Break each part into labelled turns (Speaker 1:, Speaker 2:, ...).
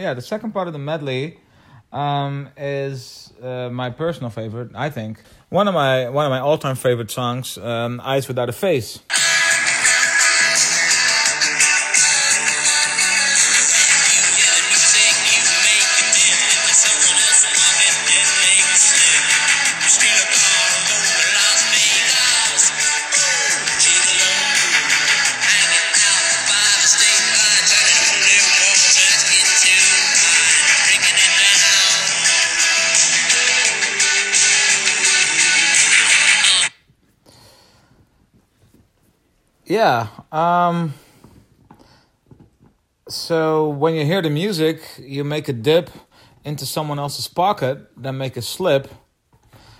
Speaker 1: Yeah, the second part of the medley um, is uh, my personal favorite. I think one of my one of my all time favorite songs, um, "Eyes Without a Face." Yeah. Um, so when you hear the music, you make a dip into someone else's pocket, then make a slip.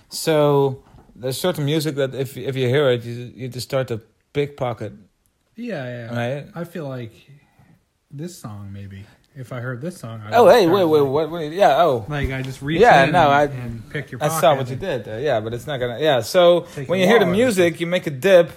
Speaker 1: So there's certain music that if if you hear it, you you just start to pickpocket,
Speaker 2: Yeah, yeah.
Speaker 1: right?
Speaker 2: I feel like this song maybe. If I heard this song, I
Speaker 1: Oh,
Speaker 2: would
Speaker 1: hey,
Speaker 2: start
Speaker 1: wait, wait,
Speaker 2: like-
Speaker 1: what? what yeah, oh.
Speaker 2: Like I just reach
Speaker 1: Yeah,
Speaker 2: in
Speaker 1: no,
Speaker 2: and,
Speaker 1: I-
Speaker 2: and pick your
Speaker 1: I
Speaker 2: pocket.
Speaker 1: saw what you
Speaker 2: and-
Speaker 1: did there. Yeah, but it's not gonna. Yeah, so
Speaker 2: Take
Speaker 1: when
Speaker 2: a
Speaker 1: you hear the
Speaker 2: while, I
Speaker 1: music, you make a dip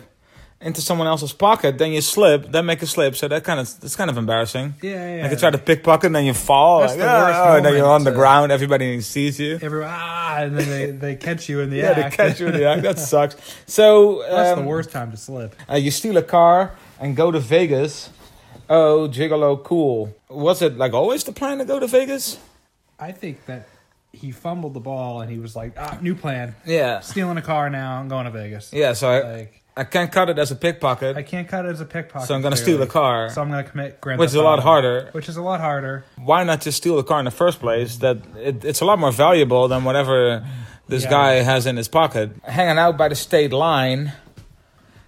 Speaker 1: into someone else's pocket, then you slip, then make a slip. So that kind of it's kind of embarrassing.
Speaker 2: Yeah, yeah. yeah.
Speaker 1: Like you try to pickpocket, and then you fall.
Speaker 2: That's
Speaker 1: like,
Speaker 2: the
Speaker 1: "Ah,"
Speaker 2: worst
Speaker 1: oh, and then you're
Speaker 2: moment
Speaker 1: on the
Speaker 2: to-
Speaker 1: ground. Everybody sees you.
Speaker 2: Every, ah, and then they, they catch you in the
Speaker 1: Yeah,
Speaker 2: act.
Speaker 1: they catch you in the act. That sucks. So
Speaker 2: That's
Speaker 1: um,
Speaker 2: the worst time to slip.
Speaker 1: uh, you steal a car and go to Vegas. Oh, gigolo, cool. Was it like always the plan to go to Vegas?
Speaker 2: I think that he fumbled the ball and he was like, ah, new plan.
Speaker 1: Yeah,
Speaker 2: Stealing a car now. I'm going to Vegas.
Speaker 1: yeah. So I,
Speaker 2: Like,
Speaker 1: I can't cut it as a pickpocket.
Speaker 2: I can't cut it as a pickpocket.
Speaker 1: so I'm gonna steal a
Speaker 2: clearly.
Speaker 1: car.
Speaker 2: So I'm going to commit grand
Speaker 1: Which
Speaker 2: theft
Speaker 1: is a lot
Speaker 2: auto.
Speaker 1: harder.
Speaker 2: Which is a lot harder.
Speaker 1: why not just steal the car in the first place? That it, it's a lot more valuable than whatever this
Speaker 2: Yeah.
Speaker 1: guy has in his pocket. Hanging out by the state line,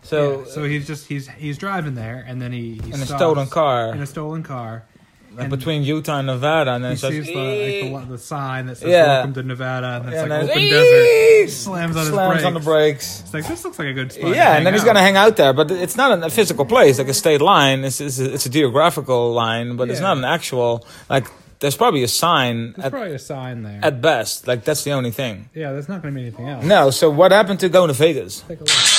Speaker 1: so,
Speaker 2: Yeah, so he's just he's he's driving there and then he, he
Speaker 1: in a
Speaker 2: stops
Speaker 1: stolen car
Speaker 2: in a stolen car.
Speaker 1: like, uh, between Utah and Nevada, and then
Speaker 2: He
Speaker 1: it's like,
Speaker 2: sees the, like, the, lo- the sign that says
Speaker 1: Yeah.
Speaker 2: "Welcome to Nevada" and it's
Speaker 1: and
Speaker 2: like
Speaker 1: then
Speaker 2: open
Speaker 1: it's-
Speaker 2: desert. Slams on his
Speaker 1: slams on the
Speaker 2: brakes.
Speaker 1: brakes.
Speaker 2: It's like this looks like a good spot. to
Speaker 1: Yeah,
Speaker 2: hang
Speaker 1: and then he's
Speaker 2: out.
Speaker 1: gonna hang out there, but it's not a physical place like a state line. It's it's a, it's a geographical line, but it's
Speaker 2: Yeah.
Speaker 1: not an actual like. There's probably a sign
Speaker 2: There's
Speaker 1: at,
Speaker 2: probably a sign there.
Speaker 1: at best. Like that's the only thing.
Speaker 2: yeah, there's not gonna be anything else.
Speaker 1: No, so what happened to going to Vegas?
Speaker 2: Take a look.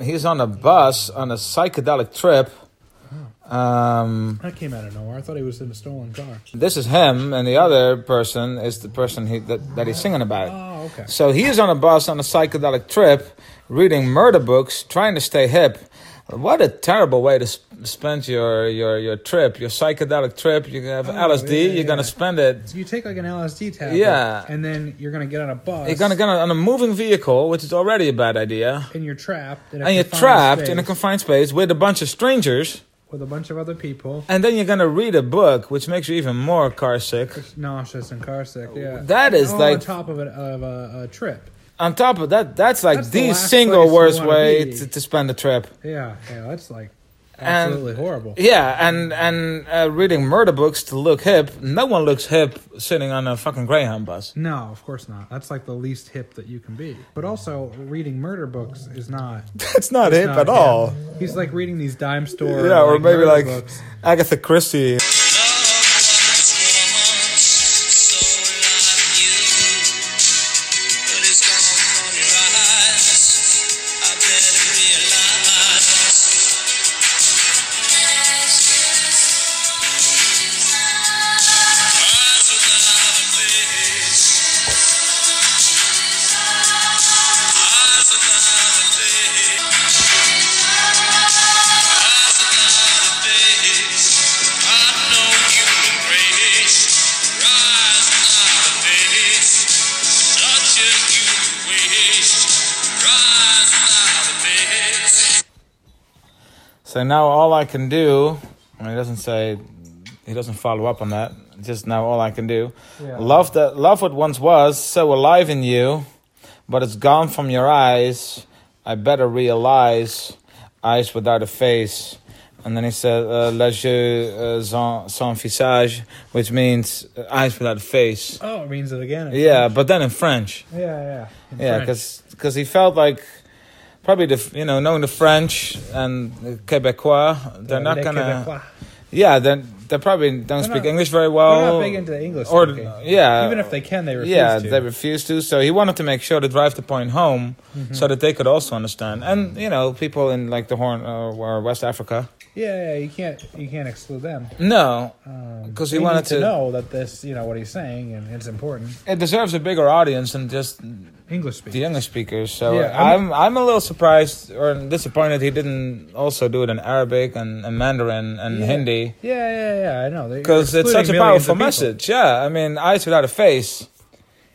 Speaker 1: He's on a bus on a psychedelic trip. Um,
Speaker 2: That came out of nowhere. I thought he was in a stolen car.
Speaker 1: this is him, and the other person is the person he, that, that he's singing about.
Speaker 2: Oh, okay.
Speaker 1: So he is on a bus on a psychedelic trip, reading murder books, trying to stay hip. What a terrible way to sp- spend your, your, your trip, your psychedelic trip. You have
Speaker 2: Oh,
Speaker 1: LSD,
Speaker 2: yeah,
Speaker 1: you're
Speaker 2: yeah.
Speaker 1: going to spend it.
Speaker 2: So you take like an LSD tablet,
Speaker 1: Yeah.
Speaker 2: and then you're gonna get on a bus.
Speaker 1: You're going to get on a moving vehicle, which is already a bad idea.
Speaker 2: and you're trapped. In a
Speaker 1: And you're
Speaker 2: confined
Speaker 1: trapped in a
Speaker 2: space
Speaker 1: confined space with a bunch of strangers.
Speaker 2: with a bunch of other people,
Speaker 1: And then you're gonna read a book, which makes you even more car sick.
Speaker 2: nauseous and car sick. Yeah,
Speaker 1: That is
Speaker 2: All
Speaker 1: like-
Speaker 2: on top of, it, of a, a trip.
Speaker 1: On top of that, that's like
Speaker 2: That's the
Speaker 1: the,
Speaker 2: last
Speaker 1: single
Speaker 2: place you
Speaker 1: worst
Speaker 2: wanna
Speaker 1: way
Speaker 2: be.
Speaker 1: to, to spend a trip.
Speaker 2: Yeah, yeah, that's like
Speaker 1: And-
Speaker 2: absolutely horrible.
Speaker 1: Yeah, and and uh, reading murder books to look hip. No one looks hip sitting on a fucking Greyhound bus.
Speaker 2: No, of course not. That's like the least hip that you can be. But also, reading murder books is not
Speaker 1: That's not
Speaker 2: it's not hip. He's like reading these dime store,
Speaker 1: Yeah, or
Speaker 2: like,
Speaker 1: maybe
Speaker 2: murder
Speaker 1: like
Speaker 2: books.
Speaker 1: Agatha Christie. So now all I can do, I mean, he doesn't say, he doesn't follow up on that. Just now all I can do.
Speaker 2: Yeah.
Speaker 1: Love that, love what once was so alive in you, but it's gone from your eyes. I better realize, eyes without a face. And then he said, uh, les yeux uh, sans, sans visage, which means uh, eyes without a face.
Speaker 2: Oh, it means it again. in
Speaker 1: Yeah, but then in French.
Speaker 2: French. yeah, yeah, in
Speaker 1: Yeah,
Speaker 2: French.
Speaker 1: because he felt like probably the f- you know knowing the French and the Quebecois, they're
Speaker 2: Yeah,
Speaker 1: not
Speaker 2: les
Speaker 1: gonna
Speaker 2: Québécois.
Speaker 1: yeah then they probably don't speak
Speaker 2: not-
Speaker 1: English very
Speaker 2: They're
Speaker 1: well.
Speaker 2: not big into English
Speaker 1: or-
Speaker 2: speaking.
Speaker 1: yeah.
Speaker 2: even if they can, they refuse
Speaker 1: yeah,
Speaker 2: to.
Speaker 1: they refused to. So he wanted to make sure to drive the point home,
Speaker 2: Mm-hmm.
Speaker 1: so that they could also understand. And you know, people in like the Horn uh, or West Africa.
Speaker 2: yeah, yeah, you can't you can't exclude them
Speaker 1: No,
Speaker 2: because
Speaker 1: 'Cause he wanted to-
Speaker 2: know that this, you know, what he's saying and it's important.
Speaker 1: it deserves a bigger audience than just
Speaker 2: English speaking.
Speaker 1: the English speakers. So
Speaker 2: Yeah, I'm-
Speaker 1: I'm, I'm a little surprised or disappointed he didn't also do it in Arabic and, and Mandarin and
Speaker 2: Yeah.
Speaker 1: Hindi
Speaker 2: Yeah, yeah, yeah. I know They're
Speaker 1: because it's
Speaker 2: excluding
Speaker 1: such a
Speaker 2: millions
Speaker 1: powerful
Speaker 2: of people.
Speaker 1: message. Yeah, I mean, eyes without a face.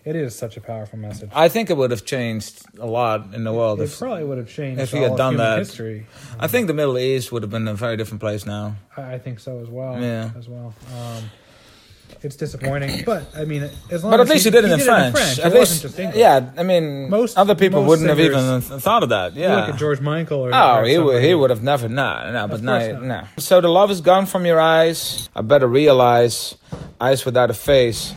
Speaker 2: It is such a powerful message.
Speaker 1: I think it would have changed a lot in the world.
Speaker 2: It
Speaker 1: if-
Speaker 2: probably would have changed
Speaker 1: if he
Speaker 2: all
Speaker 1: had
Speaker 2: of
Speaker 1: done
Speaker 2: human
Speaker 1: that.
Speaker 2: history.
Speaker 1: I think the Middle East would have been a very different place now.
Speaker 2: I, I think so as well.
Speaker 1: Yeah.
Speaker 2: as well. Um, it's disappointing, but I mean, as long
Speaker 1: But
Speaker 2: as
Speaker 1: at least he, did it in French.
Speaker 2: It
Speaker 1: At
Speaker 2: wasn't
Speaker 1: least,
Speaker 2: just English.
Speaker 1: yeah. I mean,
Speaker 2: Most-
Speaker 1: most other people
Speaker 2: most
Speaker 1: wouldn't
Speaker 2: singers-
Speaker 1: have even th- thought of that.
Speaker 2: You
Speaker 1: Yeah.
Speaker 2: look at George Michael or
Speaker 1: Oh,
Speaker 2: or
Speaker 1: he would,
Speaker 2: somebody.
Speaker 1: he would have never. Nah, nah, but
Speaker 2: Of
Speaker 1: nah,
Speaker 2: course not.
Speaker 1: nah. So the love is gone from your eyes. I better realize eyes without a face.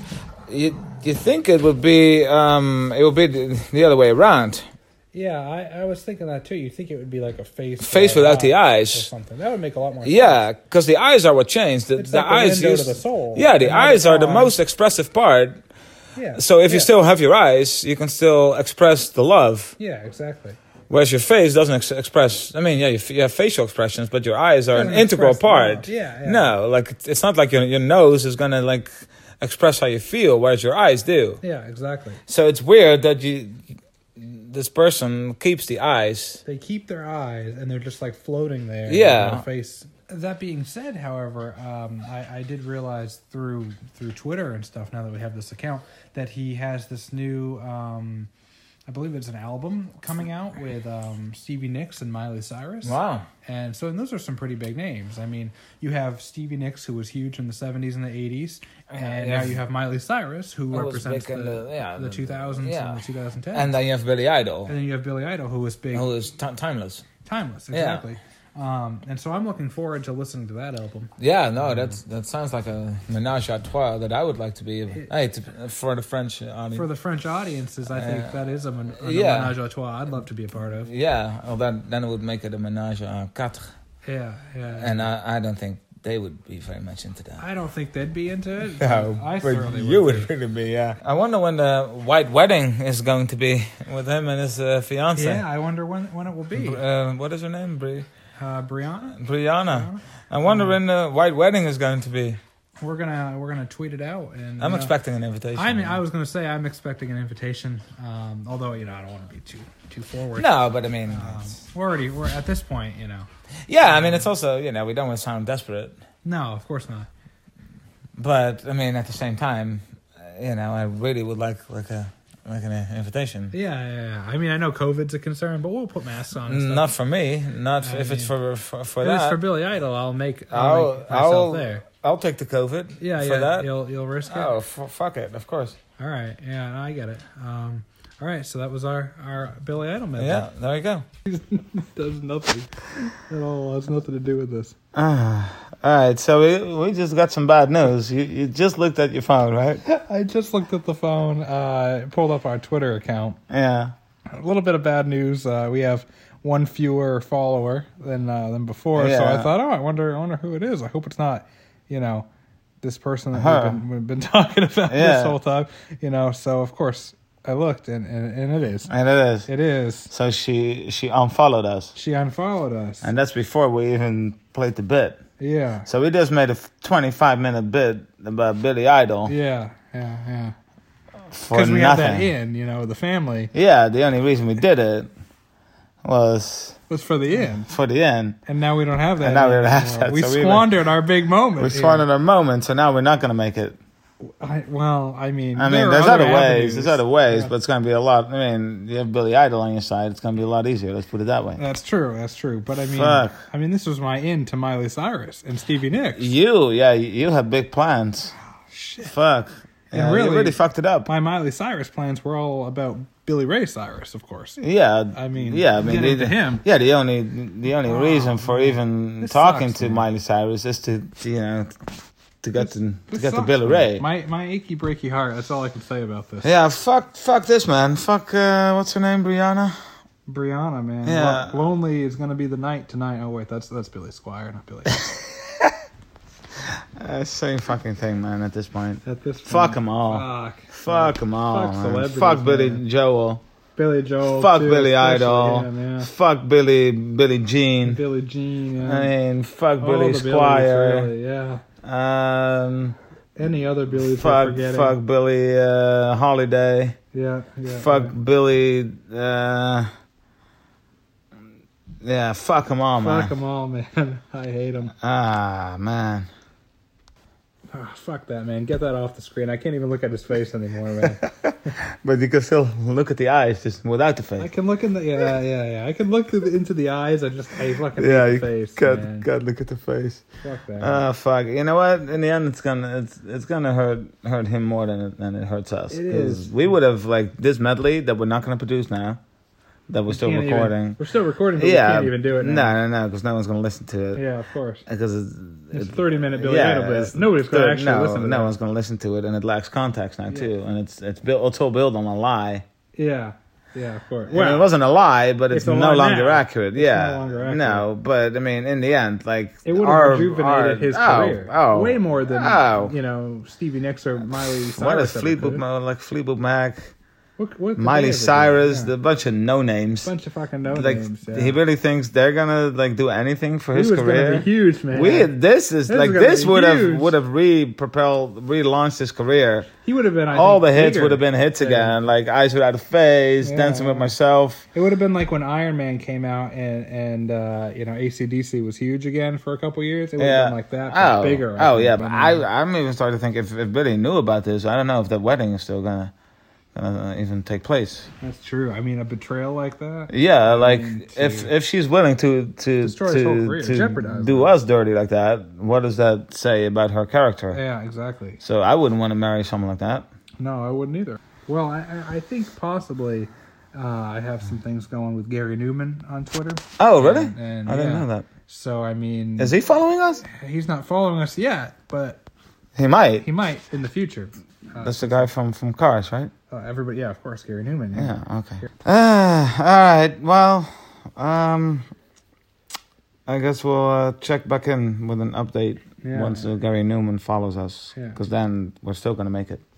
Speaker 1: You you think it would be um it would be the, the other way around.
Speaker 2: Yeah, I, I was thinking that too. You think it would be like a face,
Speaker 1: Face
Speaker 2: or an
Speaker 1: without the
Speaker 2: eye
Speaker 1: eyes.
Speaker 2: or something? That would make a lot more. sense.
Speaker 1: Yeah, because the eyes are what changed. The,
Speaker 2: It's
Speaker 1: the
Speaker 2: like the
Speaker 1: eyes
Speaker 2: window to
Speaker 1: used,
Speaker 2: the soul.
Speaker 1: Yeah, the
Speaker 2: And not
Speaker 1: eyes
Speaker 2: the
Speaker 1: are the
Speaker 2: tongue.
Speaker 1: most expressive part.
Speaker 2: yeah.
Speaker 1: So if you
Speaker 2: Yeah.
Speaker 1: still have your eyes, you can still express the love.
Speaker 2: yeah, exactly.
Speaker 1: Whereas your face doesn't ex- express. I mean, yeah, you, f- you have facial expressions, but your eyes are an
Speaker 2: Doesn't
Speaker 1: integral
Speaker 2: express the love.
Speaker 1: part.
Speaker 2: Yeah, yeah.
Speaker 1: No, like it's- it's not like your your nose is gonna like express how you feel, whereas your eyes do.
Speaker 2: Yeah, exactly.
Speaker 1: So it's weird that you this person keeps the eyes.
Speaker 2: They keep their eyes and they're just like floating there.
Speaker 1: Yeah.
Speaker 2: in their face. That being said, however, um, I, I did realize through through Twitter and stuff. Now that we have this account, that he has this new, um, I believe it's an album coming out with um, Stevie Nicks and Miley Cyrus.
Speaker 1: Wow.
Speaker 2: And so, and those are some pretty big names. I mean, you have Stevie Nicks, who was huge in the '70s and the '80s, and
Speaker 1: yeah.
Speaker 2: now you have Miley Cyrus, who
Speaker 1: That was
Speaker 2: represents
Speaker 1: big
Speaker 2: the,
Speaker 1: in the- yeah,
Speaker 2: the
Speaker 1: the-
Speaker 2: 2000s
Speaker 1: yeah.
Speaker 2: and the 2010s.
Speaker 1: And then you have Billy Idol,
Speaker 2: And then you have Billy Idol, who was big,
Speaker 1: who is ti timeless.
Speaker 2: timeless,
Speaker 1: Yeah.
Speaker 2: exactly. Um, and so I'm looking forward to listening to that album.
Speaker 1: Yeah,
Speaker 2: Mm.
Speaker 1: no, that's that sounds like a menage a trois that I would like to be. Hey, to, for the French audience.
Speaker 2: For the French audiences, I think
Speaker 1: Yeah.
Speaker 2: that is a, men- a
Speaker 1: Uh, Yeah.
Speaker 2: menage a trois I'd love to be a part of.
Speaker 1: yeah, well, then then it would make it a menage a quatre,
Speaker 2: Yeah, yeah.
Speaker 1: and I, I don't think they would be very much into that.
Speaker 2: I don't think they'd be into it.
Speaker 1: No,
Speaker 2: I
Speaker 1: but
Speaker 2: certainly
Speaker 1: you
Speaker 2: would.
Speaker 1: would really be, yeah. I wonder when the white wedding is going to be with him and his uh, fiance.
Speaker 2: Yeah, I wonder when when it will be.
Speaker 1: Uh, what is her name? Bri-
Speaker 2: Uh, Brianna, Mm.
Speaker 1: Brianna. I wonder when the white wedding is going to be.
Speaker 2: we're gonna we're gonna tweet it out,
Speaker 1: I'm
Speaker 2: and you know,
Speaker 1: expecting an invitation.
Speaker 2: I mean, I was gonna say I'm expecting an invitation. Um, although you know, I don't want to be too too forward.
Speaker 1: no, but I mean,
Speaker 2: Um,
Speaker 1: it's-
Speaker 2: we're already we're at this point, you know.
Speaker 1: yeah, I mean, it's also you know we don't want to sound desperate,
Speaker 2: No, of course not.
Speaker 1: but I mean at the same time, uh, you know, I really would like like a like an invitation.
Speaker 2: Yeah, yeah, yeah. I mean, I know COVID's a concern, but we'll put masks on. And stuff.
Speaker 1: Not for me. Not
Speaker 2: I
Speaker 1: if it's for for, for
Speaker 2: If it's
Speaker 1: that.
Speaker 2: Mm, for Billy Idol, I'll make, I'll
Speaker 1: I'll
Speaker 2: make myself
Speaker 1: I'll,
Speaker 2: there.
Speaker 1: I'll take the COVID.
Speaker 2: Yeah,
Speaker 1: for
Speaker 2: yeah.
Speaker 1: That.
Speaker 2: You'll you'll risk it.
Speaker 1: Oh, f- fuck it, of course.
Speaker 2: All right. Yeah, no, I get it. Um, all right. So that was our our Billy Idol method.
Speaker 1: Yeah, there you go.
Speaker 2: does nothing at all. Has nothing to do with this.
Speaker 1: Ah, all right, so we we just got some bad news. You you just looked at your phone, right?
Speaker 2: I just looked at the phone. Uh, pulled up our Twitter account.
Speaker 1: Yeah.
Speaker 2: A little bit of bad news. Uh, we have one fewer follower than uh, than before. So I
Speaker 1: Yeah.
Speaker 2: thought, oh, I wonder, I wonder who it is. I hope it's not, you know, this person that
Speaker 1: Her.
Speaker 2: we've, been, we've been talking about
Speaker 1: Yeah.
Speaker 2: this whole time. You know, so of course I looked, and and, and it is,
Speaker 1: And it is.
Speaker 2: it is.
Speaker 1: So she she unfollowed us,
Speaker 2: She unfollowed us.
Speaker 1: and that's before we even played the bit.
Speaker 2: Yeah,
Speaker 1: So we just made a twenty five minute bit about Billy Idol
Speaker 2: yeah, yeah, yeah.
Speaker 1: for
Speaker 2: Because we had that
Speaker 1: nothing.
Speaker 2: in, you know, the family
Speaker 1: Yeah, the only reason we did it was
Speaker 2: was for the in,
Speaker 1: for the end.
Speaker 2: and now we don't have that.
Speaker 1: And now we
Speaker 2: in
Speaker 1: don't have
Speaker 2: anymore.
Speaker 1: that,
Speaker 2: We
Speaker 1: so we were-
Speaker 2: squandered our big moment.
Speaker 1: We
Speaker 2: here.
Speaker 1: squandered our moment, so now we're not gonna make it.
Speaker 2: I, well, I mean,
Speaker 1: I
Speaker 2: there
Speaker 1: mean,
Speaker 2: are
Speaker 1: there's other, ways.
Speaker 2: avenues.
Speaker 1: There's other ways,
Speaker 2: Yeah.
Speaker 1: but it's going to be a lot. I mean, you have Billy Idol on your side. It's going to be a lot easier. Let's put it that way.
Speaker 2: That's true. That's true. But I mean,
Speaker 1: Fuck.
Speaker 2: I mean, this was my in to Miley Cyrus and Stevie Nicks.
Speaker 1: You, yeah, you have big plans.
Speaker 2: Shit.
Speaker 1: Fuck. Yeah,
Speaker 2: really-
Speaker 1: you really fucked it up.
Speaker 2: My Miley Cyrus plans were all about Billy Ray Cyrus, of course.
Speaker 1: Yeah.
Speaker 2: I mean,
Speaker 1: yeah. I mean,
Speaker 2: getting
Speaker 1: the-
Speaker 2: to him.
Speaker 1: Yeah, the only the only reason for even
Speaker 2: This
Speaker 1: talking
Speaker 2: sucks,
Speaker 1: to
Speaker 2: man.
Speaker 1: Miley Cyrus is to you know to get to, to
Speaker 2: This
Speaker 1: get to
Speaker 2: sucks,
Speaker 1: Billy
Speaker 2: man.
Speaker 1: Ray.
Speaker 2: My my achy breaky heart. That's all I can say about this.
Speaker 1: yeah, fuck, fuck this man. Fuck, uh, what's her name, Brianna?
Speaker 2: Brianna, man,
Speaker 1: Yeah.
Speaker 2: Lo- lonely is gonna be the night tonight. Oh wait, that's that's Billy Squire, not Billy.
Speaker 3: Uh, same fucking thing, man. At this point,
Speaker 2: At this point.
Speaker 3: fuck them all.
Speaker 2: Fuck.
Speaker 3: Fuck them all.
Speaker 2: Fuck
Speaker 3: man.
Speaker 2: celebrities,
Speaker 3: Fuck Billy
Speaker 2: man.
Speaker 3: Joel.
Speaker 2: Billy Joel.
Speaker 3: fuck
Speaker 2: too,
Speaker 3: Billy
Speaker 2: especially
Speaker 3: Idol.
Speaker 2: him, yeah.
Speaker 3: Fuck Billy Billy Jean.
Speaker 2: Billy Jean. Yeah.
Speaker 3: I mean, fuck
Speaker 2: All
Speaker 3: Billy
Speaker 2: the Billys,
Speaker 3: Squire.
Speaker 2: really, yeah.
Speaker 3: Um,
Speaker 2: Any other Billy
Speaker 3: fuck
Speaker 2: forgetting.
Speaker 3: fuck Billy uh, Holiday.
Speaker 2: Yeah. yeah
Speaker 3: fuck
Speaker 2: yeah.
Speaker 3: Billy. Uh, yeah, fuck them all,
Speaker 2: Fuck
Speaker 3: man.
Speaker 2: them all, man. I hate them.
Speaker 3: Ah, man.
Speaker 2: Ah, fuck that, man. Get that off the screen. I can't even look at his face anymore, man.
Speaker 3: But you can still look at the eyes just without the
Speaker 2: I
Speaker 3: face.
Speaker 2: can look in the yeah, yeah, yeah. I can look through the, into the eyes. I just I fucking
Speaker 3: Yeah,
Speaker 2: hate
Speaker 3: you
Speaker 2: the face, man.
Speaker 3: God, look at the face.
Speaker 2: Fuck that.
Speaker 3: Ah, fuck. You know what? In the end, it's gonna it's it's gonna hurt hurt him more than it, than it hurts us.
Speaker 2: It
Speaker 3: 'Cause
Speaker 2: is.
Speaker 3: We would have like this medley that we're not gonna produce now, that we're still
Speaker 2: Can't even-
Speaker 3: recording.
Speaker 2: we're still recording, but
Speaker 3: yeah,
Speaker 2: we can't even do it now.
Speaker 3: No, no, no, because no one's gonna listen to it.
Speaker 2: Yeah, of course.
Speaker 3: Because
Speaker 2: It's
Speaker 3: it's,
Speaker 2: a
Speaker 3: it-
Speaker 2: thirty-minute Billy yeah, Idol,
Speaker 3: it's
Speaker 2: but nobody's gonna
Speaker 3: thir-
Speaker 2: actually
Speaker 3: no,
Speaker 2: listen to
Speaker 3: no
Speaker 2: that.
Speaker 3: one's gonna listen to it, and it lacks context now
Speaker 2: Yeah.
Speaker 3: too, and it's it's built it's all built on a lie.
Speaker 2: Yeah, yeah, of course.
Speaker 3: Well, it
Speaker 2: Well,
Speaker 3: wasn't a lie, but it's,
Speaker 2: It's a
Speaker 3: no
Speaker 2: lie
Speaker 3: longer
Speaker 2: now.
Speaker 3: accurate. yeah,
Speaker 2: no longer accurate.
Speaker 3: no, but I mean, in the end, like
Speaker 2: it would have
Speaker 3: our-
Speaker 2: rejuvenated
Speaker 3: our-
Speaker 2: his
Speaker 3: oh,
Speaker 2: career
Speaker 3: Oh,
Speaker 2: way more than
Speaker 3: oh.
Speaker 2: you know Stevie Nicks or Miley Cyrus.
Speaker 3: What is
Speaker 2: ever
Speaker 3: Fleetwood
Speaker 2: could.
Speaker 3: Mac, like Fleetwood Mac,
Speaker 2: What- what did they
Speaker 3: Miley
Speaker 2: ever do?
Speaker 3: Cyrus,
Speaker 2: Yeah.
Speaker 3: the bunch of no names.
Speaker 2: bunch of fucking no
Speaker 3: Like
Speaker 2: names. Yeah.
Speaker 3: he really thinks they're gonna like do anything for his
Speaker 2: he was
Speaker 3: career.
Speaker 2: gonna be huge, man.
Speaker 3: We this is
Speaker 2: This is
Speaker 3: like
Speaker 2: gonna
Speaker 3: this
Speaker 2: be
Speaker 3: would have
Speaker 2: huge.
Speaker 3: would have re propelled relaunched his career.
Speaker 2: he would have been. I
Speaker 3: All the
Speaker 2: think,
Speaker 3: hits
Speaker 2: bigger.
Speaker 3: would have been hits
Speaker 2: Yeah.
Speaker 3: again, like Eyes Without a Face,
Speaker 2: Yeah,
Speaker 3: Dancing with
Speaker 2: yeah.
Speaker 3: Myself.
Speaker 2: It would have been like when Iron Man came out and and uh, you know ACDC was huge again for a couple years. It would
Speaker 3: Yeah.
Speaker 2: have been like that. but
Speaker 3: Oh,
Speaker 2: bigger. I
Speaker 3: oh
Speaker 2: think,
Speaker 3: yeah. But I
Speaker 2: mean,
Speaker 3: I'm even starting to think if, if Billy knew about this, I don't know if that wedding is still gonna gonna uh, even take place.
Speaker 2: that's true. I mean, a betrayal like that.
Speaker 3: Yeah, like
Speaker 2: mean,
Speaker 3: if
Speaker 2: to-
Speaker 3: if she's willing to to
Speaker 2: Destroy his whole
Speaker 3: to,
Speaker 2: career,
Speaker 3: to
Speaker 2: jeopardize
Speaker 3: do
Speaker 2: him.
Speaker 3: us dirty like that, what does that say about her character?
Speaker 2: Yeah, exactly.
Speaker 3: So I wouldn't want to marry someone like that.
Speaker 2: No, I wouldn't either. Well, I I- I think possibly. Uh, I have some things going with Gary Newman on Twitter.
Speaker 3: Oh, really?
Speaker 2: And- and,
Speaker 3: I didn't
Speaker 2: yeah.
Speaker 3: know that.
Speaker 2: So I mean,
Speaker 3: Is he following us?
Speaker 2: he's not following us yet, but
Speaker 3: He might.
Speaker 2: he might in the future.
Speaker 3: That's the guy from from Cars, right?
Speaker 2: Uh, everybody, yeah, of course, Gary Newman. yeah.
Speaker 3: Yeah. Okay. Uh, all right. Well, um, I guess we'll uh, check back in with an update
Speaker 2: Yeah.
Speaker 3: once uh, Gary Newman follows us,
Speaker 2: Yeah.
Speaker 3: because then we're still gonna make it.